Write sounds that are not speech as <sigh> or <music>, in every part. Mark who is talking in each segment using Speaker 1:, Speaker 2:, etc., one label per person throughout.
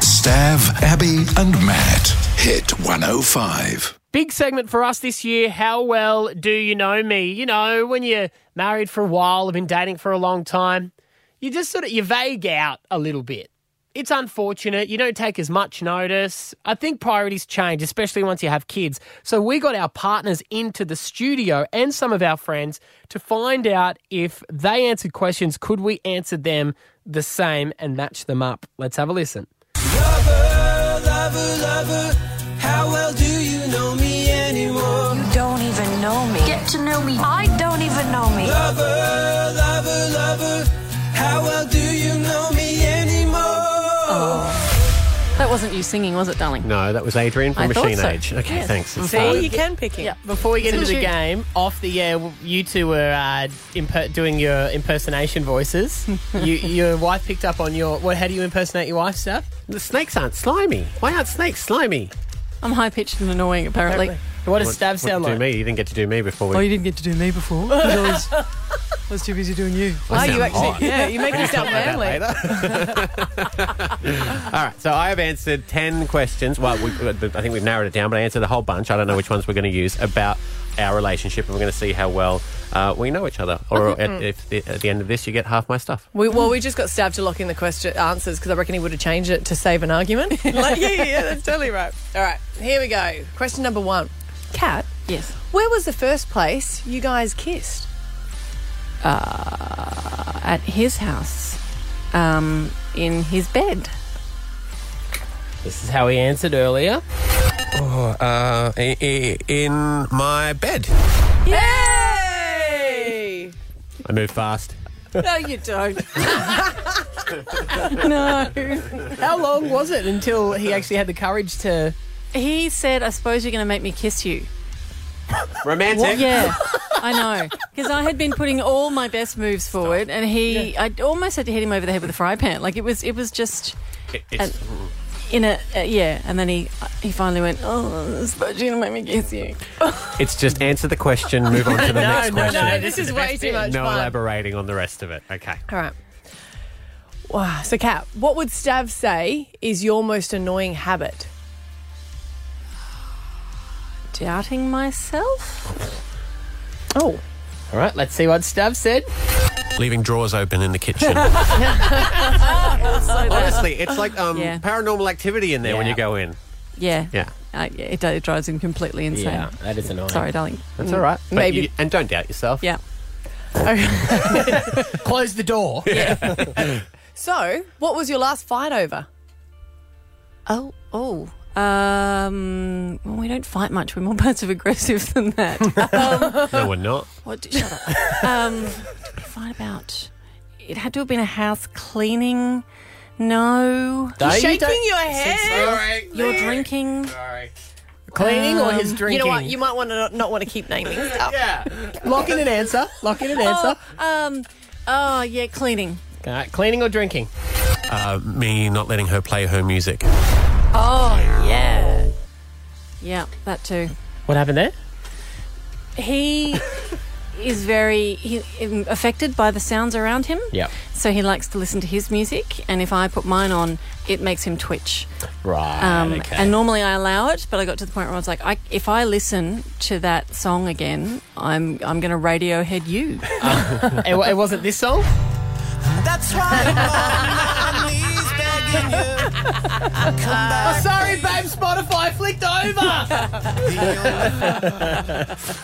Speaker 1: Stav, Abby, and Matt. Hit 105.
Speaker 2: Big segment for us this year. How well do you know me? You know, when you're married for a while, have been dating for a long time, you just sort of you vague out a little bit. It's unfortunate. You don't take as much notice. I think priorities change, especially once you have kids. So we got our partners into the studio and some of our friends to find out if they answered questions, could we answer them the same and match them up? Let's have a listen.
Speaker 3: Lover, lover, lover, how well do you know me anymore?
Speaker 4: don't even know me. Get to know me. I don't even know me.
Speaker 3: Lover, lover, lover, how well do you know me anymore?
Speaker 5: That wasn't you singing, was it, darling?
Speaker 2: No, that was Adrian from
Speaker 5: I thought
Speaker 2: Machine
Speaker 5: so.
Speaker 2: Age. Okay,
Speaker 5: Yes.
Speaker 2: thanks. It's
Speaker 5: See?
Speaker 2: fine.
Speaker 6: You can pick him.
Speaker 5: Yeah.
Speaker 2: Before we get into the
Speaker 5: you.
Speaker 2: game, off the air, you two were uh, imper- doing your impersonation
Speaker 5: <laughs>
Speaker 2: voices. you, your wife picked up on your. What? How do you impersonate your wife, Steph? The snakes aren't slimy. Why aren't snakes slimy?
Speaker 5: I'm high pitched and annoying, apparently.
Speaker 2: What does Stav sound
Speaker 7: do
Speaker 2: like?
Speaker 7: me? You didn't get to do me before we.
Speaker 5: Oh, you didn't get to do me before. 'cause I was, I was too busy doing you.
Speaker 6: Oh, you
Speaker 7: sound
Speaker 6: actually?
Speaker 7: hot.
Speaker 6: <laughs> Yeah, you make me sound manly.
Speaker 7: <laughs> All right, so I have answered ten questions. Well, we, I think we've narrowed it down, but I answered a whole bunch. I don't know which ones we're going to use about our relationship, and we're going to see how well uh, we know each other. Or
Speaker 6: Mm-hmm.
Speaker 7: at, if the, at the end of this, you get half my stuff.
Speaker 6: We, well, we just got stabbed to lock in the question answers because I reckon he would have changed it to save
Speaker 2: <laughs>
Speaker 6: an argument. like, yeah, yeah, yeah, that's totally right. All right, here we go. Question number one. Kat,
Speaker 5: <laughs> Yes.
Speaker 6: where was the first place you guys kissed?
Speaker 5: At his house, um, in his bed.
Speaker 2: This is how he answered earlier.
Speaker 7: Uh, in my bed,
Speaker 6: Yay!
Speaker 7: I move fast.
Speaker 6: No, you don't.
Speaker 5: <laughs> No.
Speaker 2: <laughs> How long was it until he actually had the courage to?
Speaker 5: he said, I suppose you're going to make me kiss you.
Speaker 7: Romantic.
Speaker 5: Yeah, I know. Because I had been putting all my best moves forward, and he, I almost had to hit him over the head with a fry pan. Like it was, it was just
Speaker 7: It- it's-
Speaker 5: in a, uh, yeah. And then he, he finally went, oh, I suppose you're going to make me kiss you.
Speaker 7: It's just answer the question, move on to the next
Speaker 2: no,
Speaker 6: <laughs>
Speaker 7: question.
Speaker 6: no, this is way too much
Speaker 7: No
Speaker 6: fun.
Speaker 7: elaborating on the rest of it. Okay.
Speaker 6: All right. Wow. So, Kat, what would Stav say is your most annoying habit?
Speaker 5: Doubting myself?
Speaker 6: Oh,
Speaker 2: All right, let's see what Stav said.
Speaker 7: Leaving drawers open in the kitchen. <laughs> Honestly, it's like um,
Speaker 5: Yeah.
Speaker 7: paranormal activity in there when
Speaker 2: Yeah.
Speaker 7: you go in.
Speaker 5: Yeah.
Speaker 7: Yeah.
Speaker 5: Uh, yeah it, it drives him completely insane.
Speaker 2: that is annoying.
Speaker 5: Sorry, darling.
Speaker 7: That's all right. But
Speaker 6: Maybe-
Speaker 7: you- and don't doubt yourself.
Speaker 5: Yeah.
Speaker 2: Close the door.
Speaker 6: so what was your last fight over?
Speaker 5: Oh, oh. Um, well, we don't fight much. We're more <laughs> passive aggressive than <laughs> that.
Speaker 7: No, we're not.
Speaker 5: Um, What? Shut up. um, what did we fight about? It had to have been a house cleaning. No,
Speaker 2: You're
Speaker 6: Shaking your head.
Speaker 7: Sorry.
Speaker 5: you're drinking.
Speaker 7: Sorry. Um,
Speaker 2: Cleaning or his drinking?
Speaker 6: You know what? You might want to not, not want to keep <laughs> naming stuff.
Speaker 7: Yeah.
Speaker 2: lock in an answer. Lock in an answer.
Speaker 5: Um, oh yeah, cleaning.
Speaker 2: All right, cleaning or drinking?
Speaker 7: Uh, me not letting her play her music.
Speaker 5: Oh yeah, yeah, that too.
Speaker 2: What happened there?
Speaker 5: He is very he, um, affected by the sounds around him.
Speaker 2: Yeah.
Speaker 5: So he likes to listen to his music, and if I put mine on, it makes him twitch.
Speaker 2: Right.
Speaker 5: Um, And normally I allow it, but I got to the point where I was like, I, if I listen to that song again, I'm I'm going to Radiohead
Speaker 7: <laughs>
Speaker 5: you.
Speaker 2: it, wa- it wasn't this song.
Speaker 3: That's right.
Speaker 4: <laughs>
Speaker 3: I'm on my knees begging you. Come back.
Speaker 2: Sorry, babe. Spotify flicked over.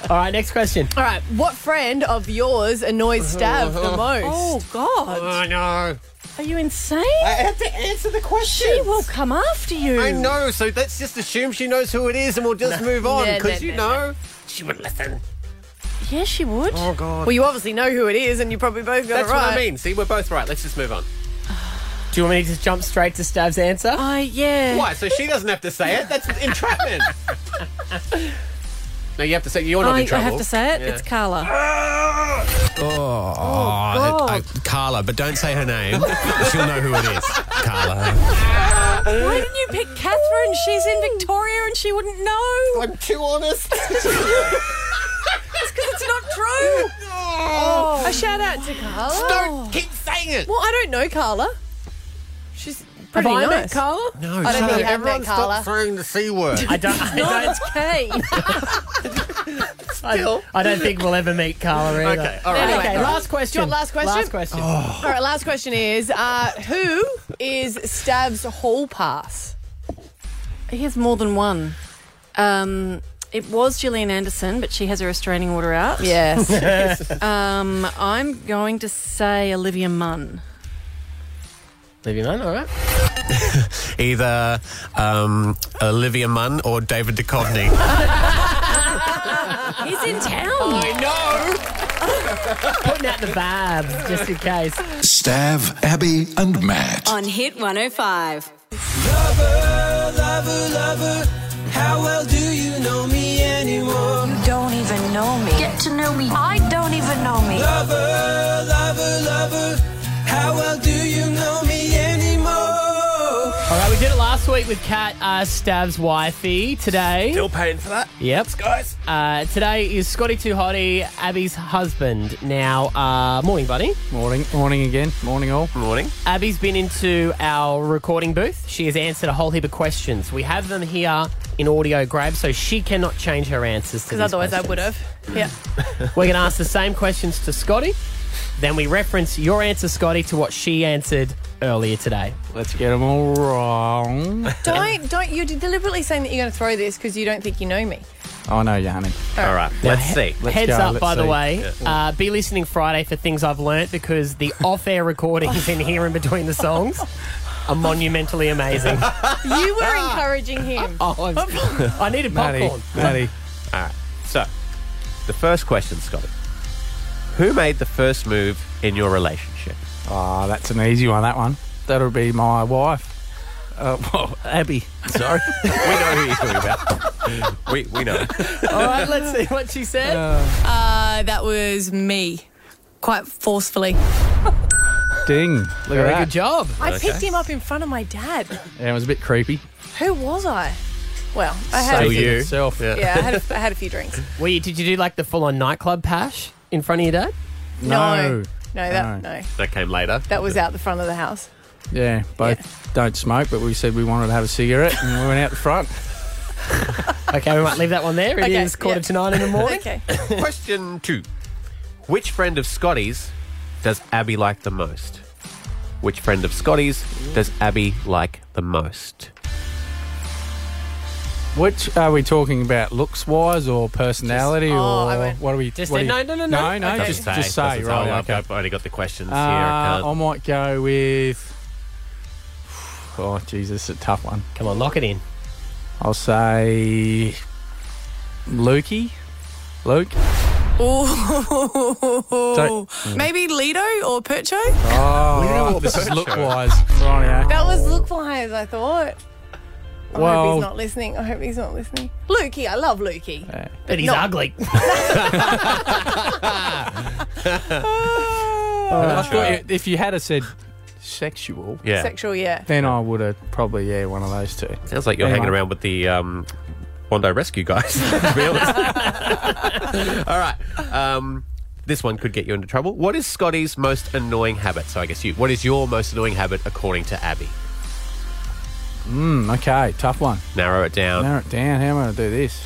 Speaker 2: All right, next question.
Speaker 6: All right. What friend of yours annoys Stav the most?
Speaker 5: oh God,
Speaker 7: I know.
Speaker 5: are you insane?
Speaker 7: have to answer the question.
Speaker 5: She will come after you.
Speaker 7: I know. So let's just assume she knows who it is, and we'll just move on
Speaker 6: No,
Speaker 7: because
Speaker 6: no,
Speaker 7: you
Speaker 6: no,
Speaker 7: know she would listen.
Speaker 5: Yeah, she would.
Speaker 7: Oh God.
Speaker 6: Well, you obviously know who it is, and you probably both got
Speaker 7: That's
Speaker 6: it right.
Speaker 7: what I mean. See, we're both right. Let's just move on.
Speaker 2: Do you want me to just jump straight to Stav's answer?
Speaker 5: I yeah.
Speaker 7: Why? So she doesn't have to say it. That's entrapment. no, you have to say. You're not
Speaker 5: I,
Speaker 7: in
Speaker 5: I
Speaker 7: trouble.
Speaker 5: have to say it.
Speaker 7: Yeah.
Speaker 5: It's Carla.
Speaker 7: Oh,
Speaker 5: God.
Speaker 7: I- Carla, but don't say her name. She'll know who it is. Carla.
Speaker 5: Why didn't you pick Catherine? She's in Victoria and she wouldn't know.
Speaker 7: I'm too honest.
Speaker 5: It's because it's not true.
Speaker 6: A shout out to Carla.
Speaker 7: Oh, Don't keep saying it.
Speaker 6: Well, I don't know Carla. She's pretty
Speaker 5: I met
Speaker 6: nice. Carla?
Speaker 7: No,
Speaker 6: I don't
Speaker 7: shut
Speaker 6: think
Speaker 7: up.
Speaker 6: you have
Speaker 7: everyone
Speaker 6: met Carla.
Speaker 7: stop saying the C word.
Speaker 2: I don't, I don't,
Speaker 5: Okay.
Speaker 2: I, I don't think we'll ever meet Carla either.
Speaker 7: Okay, all right.
Speaker 2: Okay,
Speaker 6: Anyway.
Speaker 2: last question.
Speaker 6: Do you want last question?
Speaker 2: Last question.
Speaker 6: All right, last question is uh, who is Stab's hall pass?
Speaker 5: He has more than one. Um, it was Gillian Anderson, but she has her restraining order out.
Speaker 6: <laughs> Yes.
Speaker 5: Um, I'm going to say Olivia Munn.
Speaker 2: Leave you alone, all right.
Speaker 7: <laughs> Either um, Olivia Munn or David Duchovny.
Speaker 5: He's in town.
Speaker 2: Putting out the vibes just in case.
Speaker 1: Stav, Abby, and Matt.
Speaker 8: on Hit 105.
Speaker 3: Lover, lover, lover, how well do you know me anymore?
Speaker 4: You don't even know me. Get to know me. I don't even know me.
Speaker 3: Lover, lover, lover, how well do you know me anymore?
Speaker 2: All right, we did it last week with Kat, uh, Stav's wifey. Today.
Speaker 7: Still paying for that,
Speaker 2: yep.
Speaker 7: guys.
Speaker 2: Uh, today is Scotty Too Hottie, Abby's husband. Now, uh, morning, buddy.
Speaker 9: Morning, morning again, morning all.
Speaker 7: Morning.
Speaker 2: Abby's been into our recording booth. She has answered a whole heap of questions. We have them here in audio grab, so she cannot change her answers. Because
Speaker 6: Otherwise, I would have. Yeah.
Speaker 2: We're going to ask the same questions to Scotty. Then we reference your answer, Scotty, to what she answered earlier today.
Speaker 9: Let's get them all wrong.
Speaker 6: Don't, don't, you're deliberately saying that you're going to throw this because you don't think
Speaker 2: <laughs>
Speaker 6: you know me.
Speaker 9: I know Oh, you, honey.
Speaker 7: All right, let's see.
Speaker 9: Let's
Speaker 2: Heads
Speaker 9: go,
Speaker 2: up,
Speaker 9: let's
Speaker 2: by the
Speaker 9: see.
Speaker 2: way. Uh, be listening Friday for things I've learnt because the off-air recordings in here in between the songs are monumentally amazing.
Speaker 6: You were encouraging him.
Speaker 2: Oh, I'm- I needed
Speaker 9: Maddie,
Speaker 2: popcorn.
Speaker 9: Maddie.
Speaker 7: So, the first question, Scotty. Who made the first move in your relationship?
Speaker 9: Oh, that's an easy one, that one. That'll be my wife. Uh, well, Abby. Sorry.
Speaker 7: <laughs> we know who you're talking about. We, we know.
Speaker 2: All right, let's see what she said.
Speaker 6: Uh, that was me, quite forcefully.
Speaker 9: Ding. Look
Speaker 2: Very
Speaker 9: at that.
Speaker 2: good job.
Speaker 6: I picked him up in front of my dad.
Speaker 9: Yeah, it was a bit creepy.
Speaker 6: Who was I? Well, I had.
Speaker 7: So
Speaker 6: a few-
Speaker 7: you.
Speaker 9: Itself. Yeah.
Speaker 6: <laughs> Yeah, I had, a, I had a few drinks.
Speaker 2: Were you, did you do like the full-on nightclub pash in front of your dad?
Speaker 9: No.
Speaker 6: No, that no.
Speaker 7: That came later.
Speaker 6: That was out the front of the house.
Speaker 9: Yeah, both don't smoke, but we said we wanted to have a cigarette and we went out the front.
Speaker 2: Okay, we might leave that one there. It is
Speaker 6: Okay,
Speaker 2: quarter
Speaker 6: yeah.
Speaker 2: to nine in the morning.
Speaker 6: Okay.
Speaker 7: Question two. Which friend of Scotty's does Abby like the most? Which friend of Scotty's does Abby like the most?
Speaker 9: Which are we talking about, looks wise or personality
Speaker 6: oh, I
Speaker 9: or
Speaker 6: won't-
Speaker 9: what are we?
Speaker 2: Just
Speaker 9: what
Speaker 2: say
Speaker 9: are
Speaker 2: no,
Speaker 9: you-
Speaker 2: no, no, no.
Speaker 9: no, no.
Speaker 2: Okay.
Speaker 9: Just,
Speaker 7: Say,
Speaker 9: just say,
Speaker 7: doesn't sound
Speaker 9: right?
Speaker 7: like
Speaker 9: Okay.
Speaker 7: I've only got the questions
Speaker 9: Uh,
Speaker 7: here. I
Speaker 9: I
Speaker 7: can't-
Speaker 9: might go with. Oh, Jesus, a tough one.
Speaker 2: Come on, lock it in.
Speaker 9: I'll say. Lukey? Luke?
Speaker 6: <laughs> Ooh.
Speaker 9: Don't-
Speaker 6: Maybe Lido or Percho?
Speaker 9: Oh, this is look wise. Right,
Speaker 6: That was look wise, I thought. I hope
Speaker 9: Well-
Speaker 6: he's not listening. I hope he's not listening. Lukey, I love Lukey.
Speaker 2: But he's ugly.
Speaker 9: I thought you- if you had have said sexual,
Speaker 7: yeah.
Speaker 6: Sexual, yeah.
Speaker 9: then I would have probably, yeah, one of those two.
Speaker 7: Sounds like you're
Speaker 9: Anyway.
Speaker 7: hanging around with the um, Bondo Rescue guys, <laughs> to be
Speaker 9: <laughs>
Speaker 7: honest. All right. Um, this one could get you into trouble. What is Scotty's most annoying habit? So I guess you. What is your most annoying habit according to Abby?
Speaker 9: Hmm, okay, tough one.
Speaker 7: Narrow it down.
Speaker 9: Narrow it down. How am I going to do this?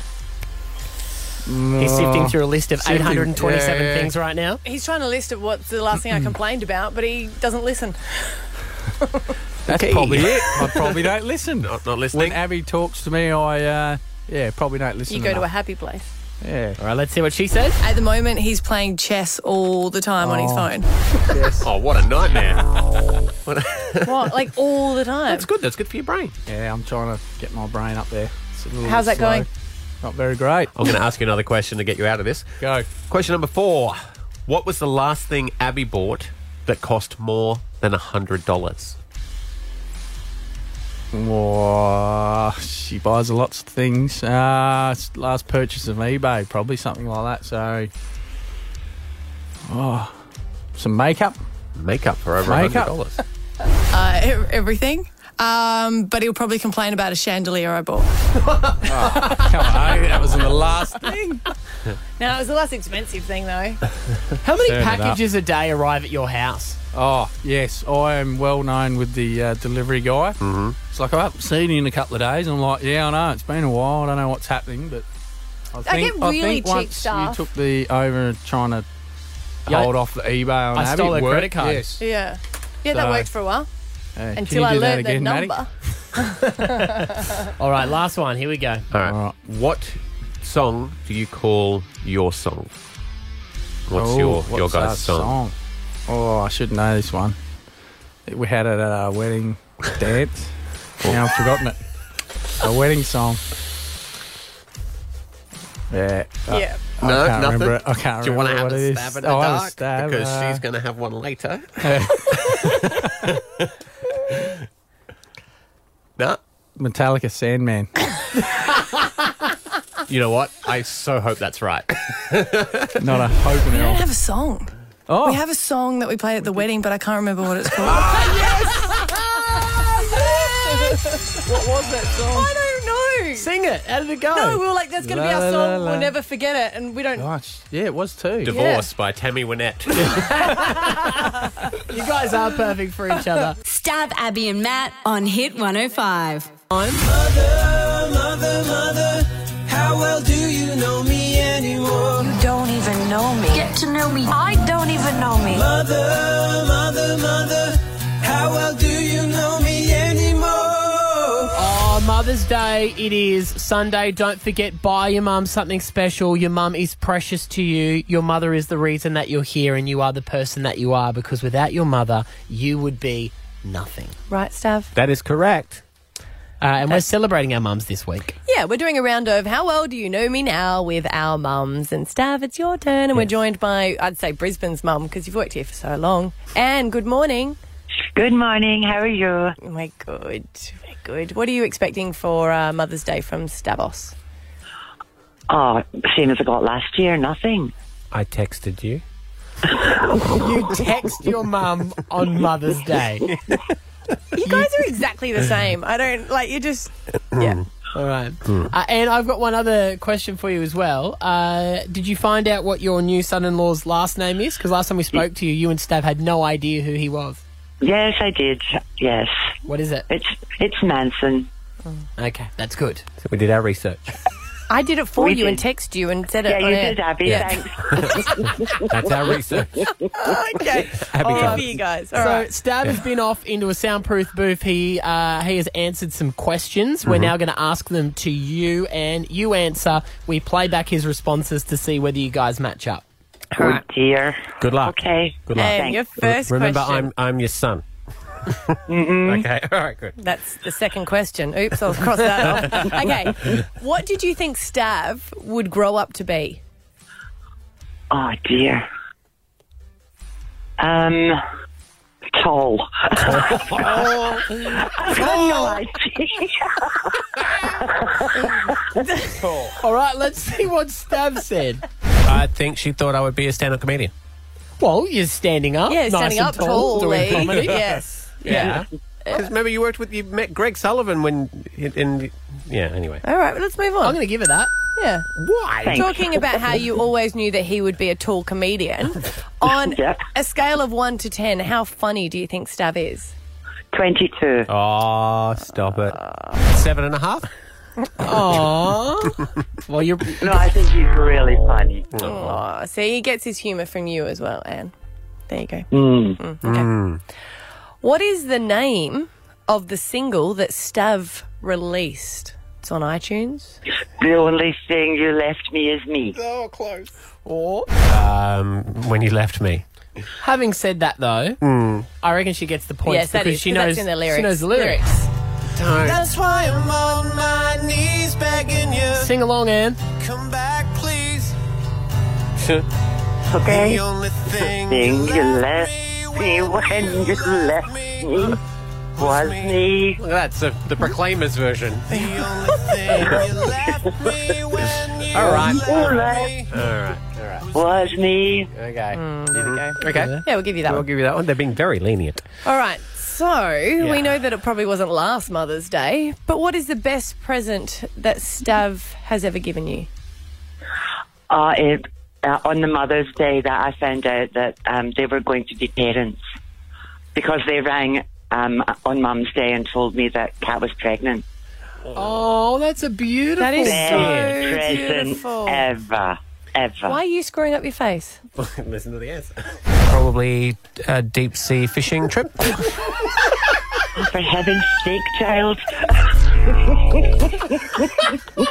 Speaker 2: He's Oh. sifting through a list of
Speaker 9: Sifting.
Speaker 2: 827
Speaker 9: Yeah, yeah.
Speaker 2: things right now.
Speaker 6: He's trying to list of what's the last thing I complained about, but he doesn't listen.
Speaker 9: That's
Speaker 7: Okay.
Speaker 9: probably <laughs> it. I probably don't
Speaker 7: <laughs>
Speaker 9: listen.
Speaker 7: Not, not
Speaker 9: When
Speaker 7: listening.
Speaker 9: Abby talks to me, I, uh, yeah, probably don't listen.
Speaker 6: You go to a
Speaker 9: enough.
Speaker 6: happy place.
Speaker 9: Yeah.
Speaker 2: All right, let's see what she says.
Speaker 6: At the moment, he's playing chess all the time on his
Speaker 9: Oh.
Speaker 6: phone.
Speaker 7: oh, what a nightmare!
Speaker 6: <laughs> What? Like all the time?
Speaker 7: That's good. That's good for your brain.
Speaker 9: Yeah, I'm trying to get my brain up there. It's a little
Speaker 6: How's
Speaker 9: bit
Speaker 6: that going?
Speaker 9: slow. Not very great.
Speaker 7: I'm going to ask you another question to get you out of this.
Speaker 9: Go.
Speaker 7: Question number four. What was the last thing Abby bought that cost more than hundred dollars?
Speaker 9: Whoa, she buys lots of things. Uh, it's last purchase of eBay, probably something like that. So, oh, some makeup.
Speaker 7: Makeup for over hundred
Speaker 9: Makeup?
Speaker 7: dollars.
Speaker 6: Uh, e- everything. Um, but he'll probably complain about a chandelier I bought.
Speaker 9: Come on, <laughs> that was the last thing.
Speaker 6: No, it was the less expensive thing, though.
Speaker 2: How many
Speaker 9: Turn it up.
Speaker 2: packages a day arrive at your house?
Speaker 9: Oh, yes. I am well known with the uh, delivery guy. Mm-hmm. It's like, I haven't seen you in a couple of days. And I'm like, yeah, I know. It's been a while. I don't know what's happening. But I
Speaker 8: I
Speaker 9: think,
Speaker 8: get really
Speaker 9: think
Speaker 8: cheap
Speaker 9: once
Speaker 8: stuff.
Speaker 9: you took the over trying to
Speaker 2: Yeah,
Speaker 9: hold off the eBay on
Speaker 2: I
Speaker 9: Abby,
Speaker 2: stole
Speaker 9: it
Speaker 2: her
Speaker 9: worked.
Speaker 2: credit card.
Speaker 9: Yes.
Speaker 6: Yeah. Yeah, that
Speaker 9: So-
Speaker 6: worked for a while.
Speaker 9: Hey, can
Speaker 8: Until
Speaker 9: you
Speaker 8: I
Speaker 9: do that
Speaker 8: learned
Speaker 9: again,
Speaker 8: the
Speaker 9: Maddie?
Speaker 8: number.
Speaker 2: All right, last one. Here we go.
Speaker 7: All right.
Speaker 9: All right.
Speaker 7: What song do you call your song? What's
Speaker 9: Oh,
Speaker 7: your your
Speaker 9: what's our
Speaker 7: guys' song?
Speaker 9: Oh, I should know this one. We had it at our wedding dance. now I've forgotten it. Our wedding song. Yeah. I-
Speaker 6: yeah.
Speaker 7: No,
Speaker 9: I can't
Speaker 7: nothing?
Speaker 9: remember it. I can't
Speaker 7: Do you want to
Speaker 9: remember
Speaker 7: have
Speaker 9: what it
Speaker 7: Oh, a
Speaker 9: is. Oh,
Speaker 7: stab at
Speaker 9: I
Speaker 7: the
Speaker 9: want a stab,
Speaker 7: dark? because
Speaker 9: uh,
Speaker 7: she's going to have one <laughs> later. no.
Speaker 9: Metallica Sandman. <laughs>
Speaker 7: You know what? I so hope that's <laughs> right.
Speaker 9: Not a hope
Speaker 6: We
Speaker 9: in
Speaker 7: <laughs>
Speaker 6: don't
Speaker 9: hell.
Speaker 6: have a song.
Speaker 9: Oh,
Speaker 6: We have a song that we play at the wedding, but I can't remember what it's called. <laughs>
Speaker 9: what was that song?
Speaker 6: I don't know.
Speaker 2: Sing it. How did it go?
Speaker 6: No, we were like, that's going to be
Speaker 9: La,
Speaker 6: our
Speaker 9: la,
Speaker 6: song.
Speaker 9: la.
Speaker 6: We'll never forget it. And we don't.
Speaker 9: Gosh, yeah, it was too.
Speaker 7: Divorce by Tammy Wynette.
Speaker 2: You guys are perfect for each <laughs> other.
Speaker 10: Stab Abby and Matt on Hit 105.
Speaker 3: Mother, mother, mother, how well do you know me anymore?
Speaker 4: You don't even know me.
Speaker 8: Get to know me. I don't even know me.
Speaker 3: Mother, mother, mother, how well do you know me anymore?
Speaker 2: Oh, Mother's Day, it is Sunday. Don't forget, buy your mum something special. Your mum is precious to you. Your mother is the reason that you're here, and you are the person that you are because without your mother, you would be nothing.
Speaker 6: Right, Stav?
Speaker 7: that is correct.
Speaker 2: Uh, and we're celebrating our mums this week.
Speaker 6: Yeah, we're doing a round of How Well Do You Know Me Now with our mums. And Stav, it's your turn. And we're joined by, I'd say, Brisbane's mum, because you've worked here for so long. Anne, good morning.
Speaker 11: Good morning. How are you?
Speaker 6: Oh, my good. My good. What are you expecting for uh, Mother's Day from Stavos?
Speaker 11: Oh, same as I got last year. Nothing.
Speaker 7: I texted you.
Speaker 2: You text your mum on Mother's Day.
Speaker 7: <laughs>
Speaker 6: You guys are exactly the same. I don't, like, you just, yeah.
Speaker 2: All right. Uh, and I've got one other question for you as well. Uh, did you find out what your new son in law's last name is? Because last time we spoke to you, you and Stav had no idea who he was.
Speaker 11: Yes, I did. Yes,
Speaker 2: What is it?
Speaker 11: it's it's Manson.
Speaker 2: Okay, that's good.
Speaker 7: <laughs> We did our research.
Speaker 6: I did it for
Speaker 11: We
Speaker 6: you and
Speaker 11: did.
Speaker 6: text you and said it
Speaker 11: Yeah,
Speaker 6: on
Speaker 4: Oh,
Speaker 11: you
Speaker 6: air.
Speaker 11: did, Abby.
Speaker 7: Yeah.
Speaker 11: Thanks.
Speaker 7: That's our <laughs> research.
Speaker 6: <laughs> okay.
Speaker 7: <laughs> Happy
Speaker 6: All right, for
Speaker 7: times.
Speaker 6: you guys. All
Speaker 2: So
Speaker 6: right.
Speaker 2: Stab has been off into a soundproof booth. He uh, he has answered some questions. We're now going to ask them to you, and you answer. We play back his responses to see whether you guys match up.
Speaker 11: Oh dear.
Speaker 7: Good luck.
Speaker 11: Okay.
Speaker 7: Good luck.
Speaker 6: And
Speaker 11: Thanks.
Speaker 6: um, your first
Speaker 7: Remember,
Speaker 6: question. Mm-hmm.
Speaker 7: I'm I'm your son. <laughs> Okay. All right. Good.
Speaker 6: That's the second question. Oops, I'll cross that
Speaker 7: <laughs>
Speaker 6: off. Okay. What did you think Stav would grow up to be?
Speaker 11: Oh dear. Um, tall. <laughs> I've got no idea.
Speaker 2: All right, let's <laughs> see what Stab said.
Speaker 7: I think she thought I would be a stand-up comedian.
Speaker 2: Well, you're standing up,
Speaker 6: Yeah,
Speaker 2: nice
Speaker 6: standing
Speaker 2: and
Speaker 6: up
Speaker 2: tall, doing
Speaker 6: Oh, tall.
Speaker 2: comedy.
Speaker 6: yes.
Speaker 7: Yeah. Because remember, you worked with you met Greg Sullivan when in yeah. Anyway,
Speaker 6: All right, well, let's move
Speaker 2: I'm
Speaker 6: on.
Speaker 2: going to give her that.
Speaker 6: Yeah.
Speaker 7: why?
Speaker 11: Thanks.
Speaker 6: Talking about how you always knew that he would be a tall comedian, on
Speaker 11: Yep.
Speaker 6: a scale of 1 to 10, how funny do you think Stav is?
Speaker 11: Twenty-two.
Speaker 7: Oh, stop it. Seven and a half.
Speaker 2: Aww. well, you're
Speaker 11: No, I think he's really funny.
Speaker 6: Oh, see, he gets his humour from you as well, Anne. There you go. Mm, okay. What is the name of the single that Stav released? It's on iTunes.
Speaker 11: The only thing you left me is me.
Speaker 7: Um, when you left me.
Speaker 2: having said that though.
Speaker 7: Hmm.
Speaker 2: I reckon she gets the points
Speaker 6: Yes, that
Speaker 2: because
Speaker 6: is,
Speaker 2: she
Speaker 6: 'cause
Speaker 2: knows
Speaker 6: that's in the lyrics.
Speaker 2: she knows the lyrics.
Speaker 6: Lyrics.
Speaker 3: That's why I'm on my knees begging you.
Speaker 2: Sing along, Anne.
Speaker 3: Come back, please.
Speaker 11: Okay.
Speaker 3: The only thing
Speaker 11: thing you left me
Speaker 3: when
Speaker 11: when you left me was me.
Speaker 7: That's a, the Proclaimers version.
Speaker 3: The only thing you left me when you
Speaker 7: All right.
Speaker 11: You
Speaker 3: left
Speaker 11: left
Speaker 3: me.
Speaker 7: All right. All right.
Speaker 11: was me.
Speaker 7: Okay. Okay.
Speaker 6: Yeah, we'll give you that
Speaker 7: I'll
Speaker 6: one.
Speaker 7: give you that one. They're being very lenient.
Speaker 6: All right. So we know that it probably wasn't last Mother's Day, but what is the best present that Stav has ever given you?
Speaker 11: Uh, it, uh, on the Mother's Day that I found out that um, they were going to be parents. because they rang um, on Mum's Day and told me that Kat was pregnant.
Speaker 2: Oh, that's a beautiful.
Speaker 6: That is
Speaker 11: Best
Speaker 6: so
Speaker 11: present
Speaker 6: beautiful.
Speaker 11: ever, ever.
Speaker 6: Why are you screwing up your face?
Speaker 7: Listen to the answer.
Speaker 12: Probably a deep sea fishing trip.
Speaker 11: For heaven's sake, child. yeah,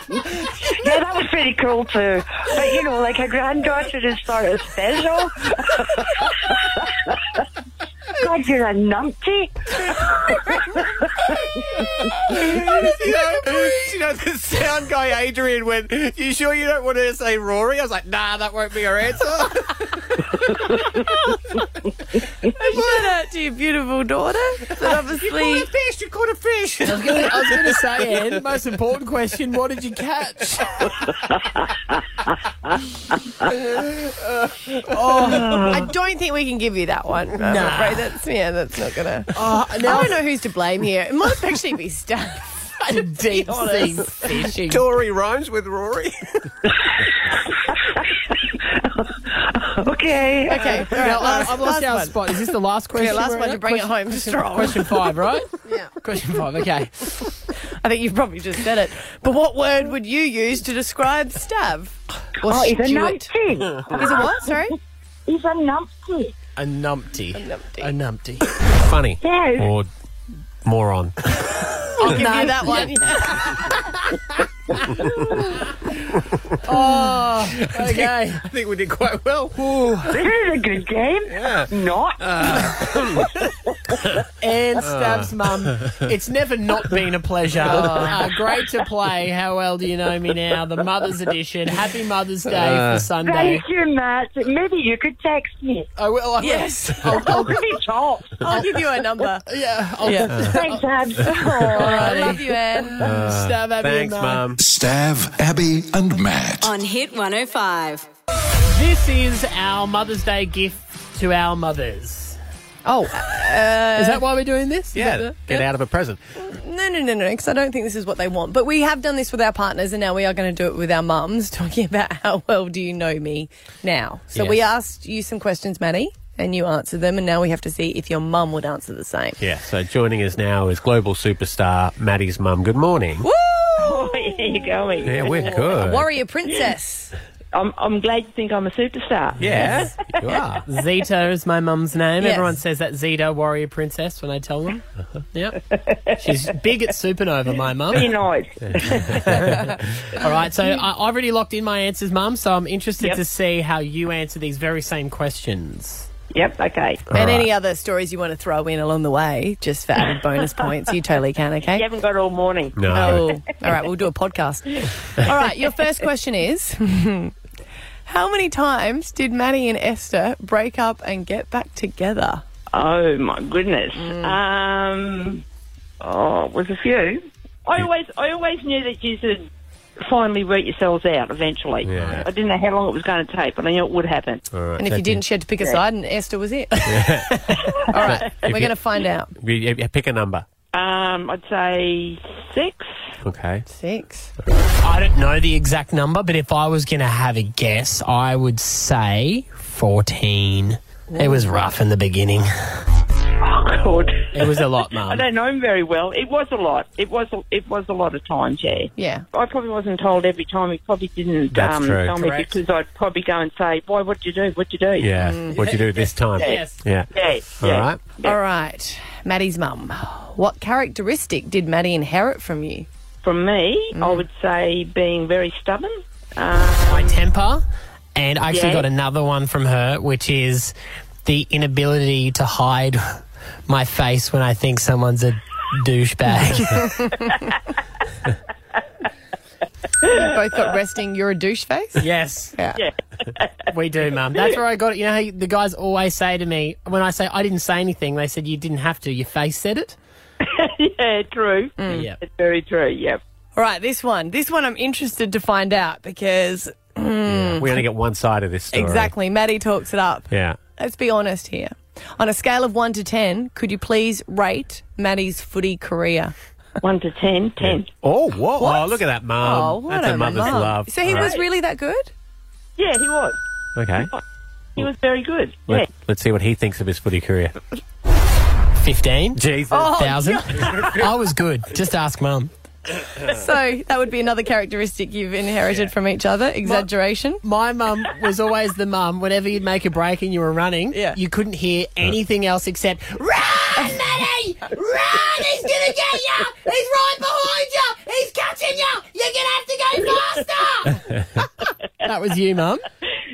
Speaker 11: that was pretty cool too. But you know, like a granddaughter is sort of special. God, you're a numpty.
Speaker 7: you know, <laughs> you know, the sound guy Adrian went, You sure you don't want to say Rory? I was like, Nah, that won't be her answer.
Speaker 6: Shout out to your beautiful daughter. But obviously,
Speaker 7: fish, you caught a fish.
Speaker 2: I was going to
Speaker 6: <laughs>
Speaker 2: say, Anne, the most important question: What did you catch?
Speaker 6: I don't think we can give you that one. No,
Speaker 2: Nah.
Speaker 6: that's yeah, that's not <laughs> gonna.
Speaker 2: Oh, now
Speaker 6: I don't know who's to blame here. It might actually be Steph.
Speaker 2: a <laughs> deep sea fishing.
Speaker 7: Dory rhymes with Rory.
Speaker 11: Okay.
Speaker 6: <laughs> Okay, all right,
Speaker 2: Now,
Speaker 6: last,
Speaker 2: I- I've lost
Speaker 6: last
Speaker 2: our
Speaker 6: one.
Speaker 2: spot. Is this the last question?
Speaker 6: Yeah, last
Speaker 2: we're
Speaker 6: one
Speaker 2: at?
Speaker 6: to bring it
Speaker 2: question,
Speaker 6: home strong.
Speaker 2: Question five,
Speaker 6: <laughs>
Speaker 2: right? yeah. Question five. Okay.
Speaker 6: I think you've probably just said it. But what word would you use to describe Stav? Or
Speaker 11: Oh, he's a
Speaker 6: Stuart?
Speaker 11: numpty.
Speaker 6: Is it what? Sorry?
Speaker 11: He's a numpty.
Speaker 2: A numpty. A
Speaker 6: numpty.
Speaker 2: numpty.
Speaker 7: Funny.
Speaker 11: Yes.
Speaker 7: Or <laughs> moron.
Speaker 6: I'll give you that one.
Speaker 2: Oh, <laughs> Okay.
Speaker 7: I think we did quite well.
Speaker 11: This is a good game. Not.
Speaker 2: And Stab's mum. It's never not been a pleasure. Uh, great to play. How well do you know me now? The Mother's Edition. Happy Mother's Day for Sunday.
Speaker 11: Thank you, Matt. Maybe you could text me.
Speaker 2: I will. I will-
Speaker 6: Yes.
Speaker 2: <laughs> I'll, I'll,
Speaker 11: Give me top.
Speaker 6: I'll give you a number.
Speaker 2: yeah. I'll,
Speaker 6: Yeah.
Speaker 11: Thanks, Abs. Aw.
Speaker 6: I love you, Anne.
Speaker 2: Stab Abby
Speaker 7: Thanks,
Speaker 2: and Mum.
Speaker 7: Mum.
Speaker 1: Stav, Abby, and Matt.
Speaker 10: On Hit 105.
Speaker 2: This is our Mother's Day gift to our mothers.
Speaker 6: Oh,
Speaker 2: Is that why we're doing this? Is that
Speaker 7: Yeah,
Speaker 2: the-
Speaker 7: get out of a present.
Speaker 6: no, no, no, no, because I don't think this is what they want. But we have done this with our partners, and now we are going to do it with our mums, <laughs> talking about how well do you know me now. So we
Speaker 2: Yes.
Speaker 6: asked you some questions, Maddie, and you answered them, and now we have to see if your mum would answer the same.
Speaker 7: Yeah, so joining us now is global superstar Maddie's mum. Good morning.
Speaker 11: Oh, here you going.
Speaker 7: Yeah, we're good.
Speaker 6: Warrior princess.
Speaker 11: I'm, I'm glad you think I'm a superstar.
Speaker 7: Yeah, you are.
Speaker 2: Zeta is my mum's name.
Speaker 6: Yes.
Speaker 2: Everyone says that Zeta warrior princess when I tell them. Yep. She's big at supernova, my
Speaker 11: Be
Speaker 2: mum.
Speaker 11: nice.
Speaker 2: All right, so I, I've already locked in my answers, mum, so I'm interested
Speaker 11: Yep.
Speaker 2: to see how you answer these very same questions.
Speaker 11: Yep, okay.
Speaker 6: and any other stories you want to throw in along the way, just for added bonus points, you totally can, okay?
Speaker 11: You haven't got all morning.
Speaker 7: No.
Speaker 6: Oh, all right. We'll do a podcast. All right. Your first question is <laughs> How many times did Maddie and Esther break up and get back together?
Speaker 11: Oh, my goodness. Um, oh, it was a few. I always, I always knew that you would finally work yourselves out eventually.
Speaker 7: Yeah.
Speaker 11: I didn't know how long it was going to take, but I knew it would happen.
Speaker 7: All right,
Speaker 6: And if
Speaker 7: so
Speaker 6: you didn't, she had to pick a side, and Esther was it. <laughs> All right. We're
Speaker 7: you-
Speaker 6: going to find out.
Speaker 7: you- you- you pick a number.
Speaker 11: Um, I'd say six.
Speaker 7: Okay.
Speaker 6: Six.
Speaker 2: I don't know the exact number, but if I was going to have a guess, I would say 14. It was rough in the beginning.
Speaker 11: Oh, God.
Speaker 2: It was a lot, mum.
Speaker 11: I don't know him very well. It was a lot. It was a, it was a lot of times, yeah.
Speaker 6: Yeah.
Speaker 11: I probably wasn't told every time. He probably didn't
Speaker 7: That's
Speaker 11: um,
Speaker 7: true.
Speaker 11: tell me
Speaker 2: Correct.
Speaker 11: because I'd probably go and say, "Boy, what'd you do? What'd you do?"
Speaker 7: Yeah. What'd you do this time?
Speaker 2: Yes.
Speaker 7: Yeah.
Speaker 11: yeah,
Speaker 7: All
Speaker 11: yeah.
Speaker 7: right.
Speaker 6: All right. Maddie's mum. What characteristic did Maddie inherit from you?
Speaker 11: From me, I
Speaker 2: Mm.
Speaker 11: would say being very stubborn. <laughs>
Speaker 2: my temper. And I actually
Speaker 11: Yeah.
Speaker 2: got another one from her, which is the inability to hide my face when I think someone's a douchebag. <laughs>
Speaker 6: You both got resting. You're a douche face.
Speaker 2: yes,
Speaker 11: Yeah,
Speaker 2: <laughs> we do, Mum. That's where I got it. You know how you- the guys always say to me, when I say I didn't say anything, they said, You didn't have to. Your face said it.
Speaker 11: yeah, true.
Speaker 2: Yeah.
Speaker 11: It's very true. Yeah.
Speaker 6: All right. This one. This one. I'm interested to find out because
Speaker 7: We only get one side of this story.
Speaker 6: exactly Maddie talks it up.
Speaker 7: Yeah.
Speaker 6: Let's be honest here. On a scale of 1 to 10, could you please rate Maddie's footy career?
Speaker 11: One to ten. Ten.
Speaker 7: Oh, whoa. Oh, look at that, mum.
Speaker 6: oh, what
Speaker 7: That's a
Speaker 6: a
Speaker 7: mother's
Speaker 6: mum.
Speaker 7: love.
Speaker 6: So he
Speaker 7: All
Speaker 6: was really that good?
Speaker 11: Yeah, he was.
Speaker 7: right. Okay.
Speaker 11: He was very good. Yeah.
Speaker 7: Let, us see what he thinks of his footy career.
Speaker 2: 15.
Speaker 7: Jesus.
Speaker 6: Oh,
Speaker 2: Thousand.
Speaker 6: God.
Speaker 2: I was good. Just ask mum.
Speaker 6: so that would be another characteristic you've inherited from each other exaggeration.
Speaker 2: My, mum was always the mum, whenever you'd make a break and you were running, yeah. you couldn't hear anything else except, Run, Matty! Run! He's gonna get you! He's right behind you! He's catching you! You're gonna have to go faster! that was you, mum.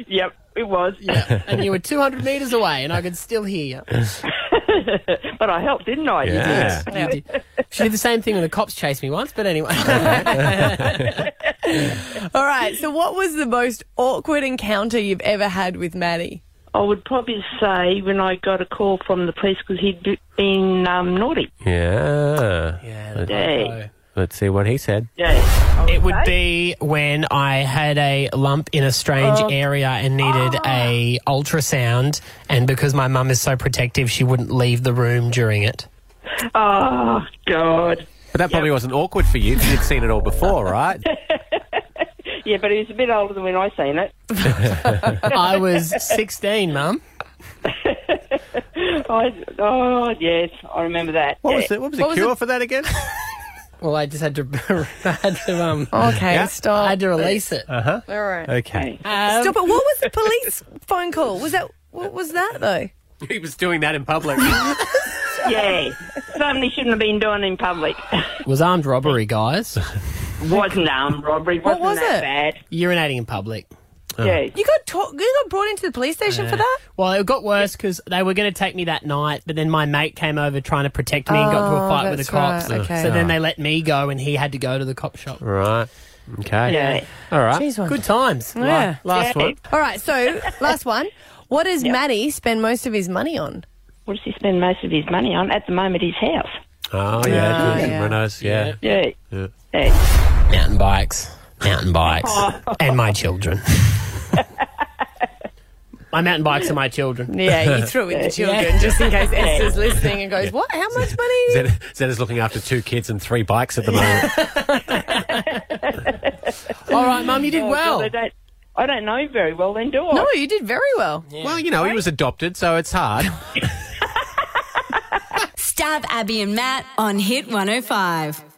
Speaker 11: Yep, it was.
Speaker 2: Yeah. And you were 200 metres away and I could still hear you.
Speaker 11: <laughs> but I helped, didn't I?
Speaker 2: Yeah.
Speaker 11: You did. You did.
Speaker 2: She did the same thing when the cops chased me once, but anyway.
Speaker 6: <laughs> All right. So, what was the most awkward encounter you've ever had with Maddie?
Speaker 11: I would probably say when I got a call from the police because he'd be- been um, naughty.
Speaker 7: Yeah.
Speaker 11: Let's-
Speaker 7: Let's,
Speaker 11: Dang.
Speaker 7: see what he said.
Speaker 11: Yeah.
Speaker 2: It <laughs> would be when I had a lump in a strange
Speaker 11: Oh.
Speaker 2: area and needed a ultrasound, and because my mum is so protective, she wouldn't leave the room during it.
Speaker 11: Oh, God.
Speaker 7: But that probably wasn't awkward for you 'cause you'd seen it all before, right?
Speaker 11: Yeah, but he was a bit older than when I seen it.
Speaker 2: I was
Speaker 7: <laughs>
Speaker 2: 16, mum.
Speaker 11: I, oh, yes, I remember that.
Speaker 7: What
Speaker 11: yeah.
Speaker 7: was the, what was the cure for that again?
Speaker 2: Well, I just had to, <laughs> I had to um.
Speaker 6: Okay,
Speaker 2: yeah,
Speaker 6: stop.
Speaker 2: I had to release it.
Speaker 7: Uh huh.
Speaker 6: All right.
Speaker 7: Okay.
Speaker 6: Stop it. What was the police <laughs> phone call? Was that what was that though?
Speaker 7: <laughs> He was doing that in
Speaker 2: <laughs>
Speaker 7: public.
Speaker 11: Yeah, somebody shouldn't have been doing it in public.
Speaker 2: It was armed robbery, guys.
Speaker 11: Wasn't armed robbery. Wasn't
Speaker 6: was
Speaker 11: that
Speaker 6: it?
Speaker 11: bad?
Speaker 2: Urinating in public.
Speaker 11: Yeah.
Speaker 6: You got ta- you got brought into the police station for that?
Speaker 2: Well, it got worse because they were going to take me that night, but then my mate came over trying to protect me and got into a
Speaker 6: Oh,
Speaker 2: fight with the
Speaker 6: that's
Speaker 2: cops.
Speaker 6: right, okay.
Speaker 2: So then they let me go, and he had to go to the cop shop.
Speaker 7: right. Okay.
Speaker 11: Yeah.
Speaker 7: All right.
Speaker 6: Jeez, one.
Speaker 2: Good times.
Speaker 6: Yeah.
Speaker 2: La- last
Speaker 11: Yeah.
Speaker 2: one.
Speaker 6: All right. So last one. What does Maddie spend most of his money on?
Speaker 11: What does he spend most of his money on? At the moment, his house.
Speaker 7: Oh yeah.
Speaker 6: Ah,
Speaker 7: good.
Speaker 6: yeah.
Speaker 7: Renos, yeah.
Speaker 11: Yeah.
Speaker 7: Yeah.
Speaker 11: yeah.
Speaker 2: Mountain bikes. Mountain bikes.
Speaker 6: <laughs>
Speaker 2: and my children. my mountain bikes are my children.
Speaker 6: Yeah, you threw in the children just in case Esther's listening and goes, "What? How much money?"
Speaker 7: Zed, Zed is looking after two kids and three bikes at the moment.
Speaker 2: All right, Mum, you
Speaker 6: Oh,
Speaker 2: did well.
Speaker 11: I don't, I don't know very well then, do I?
Speaker 6: No, you did very well.
Speaker 7: Well, you know, he was adopted, so it's hard.
Speaker 10: oh Stab Abby and Matt on Hit 105.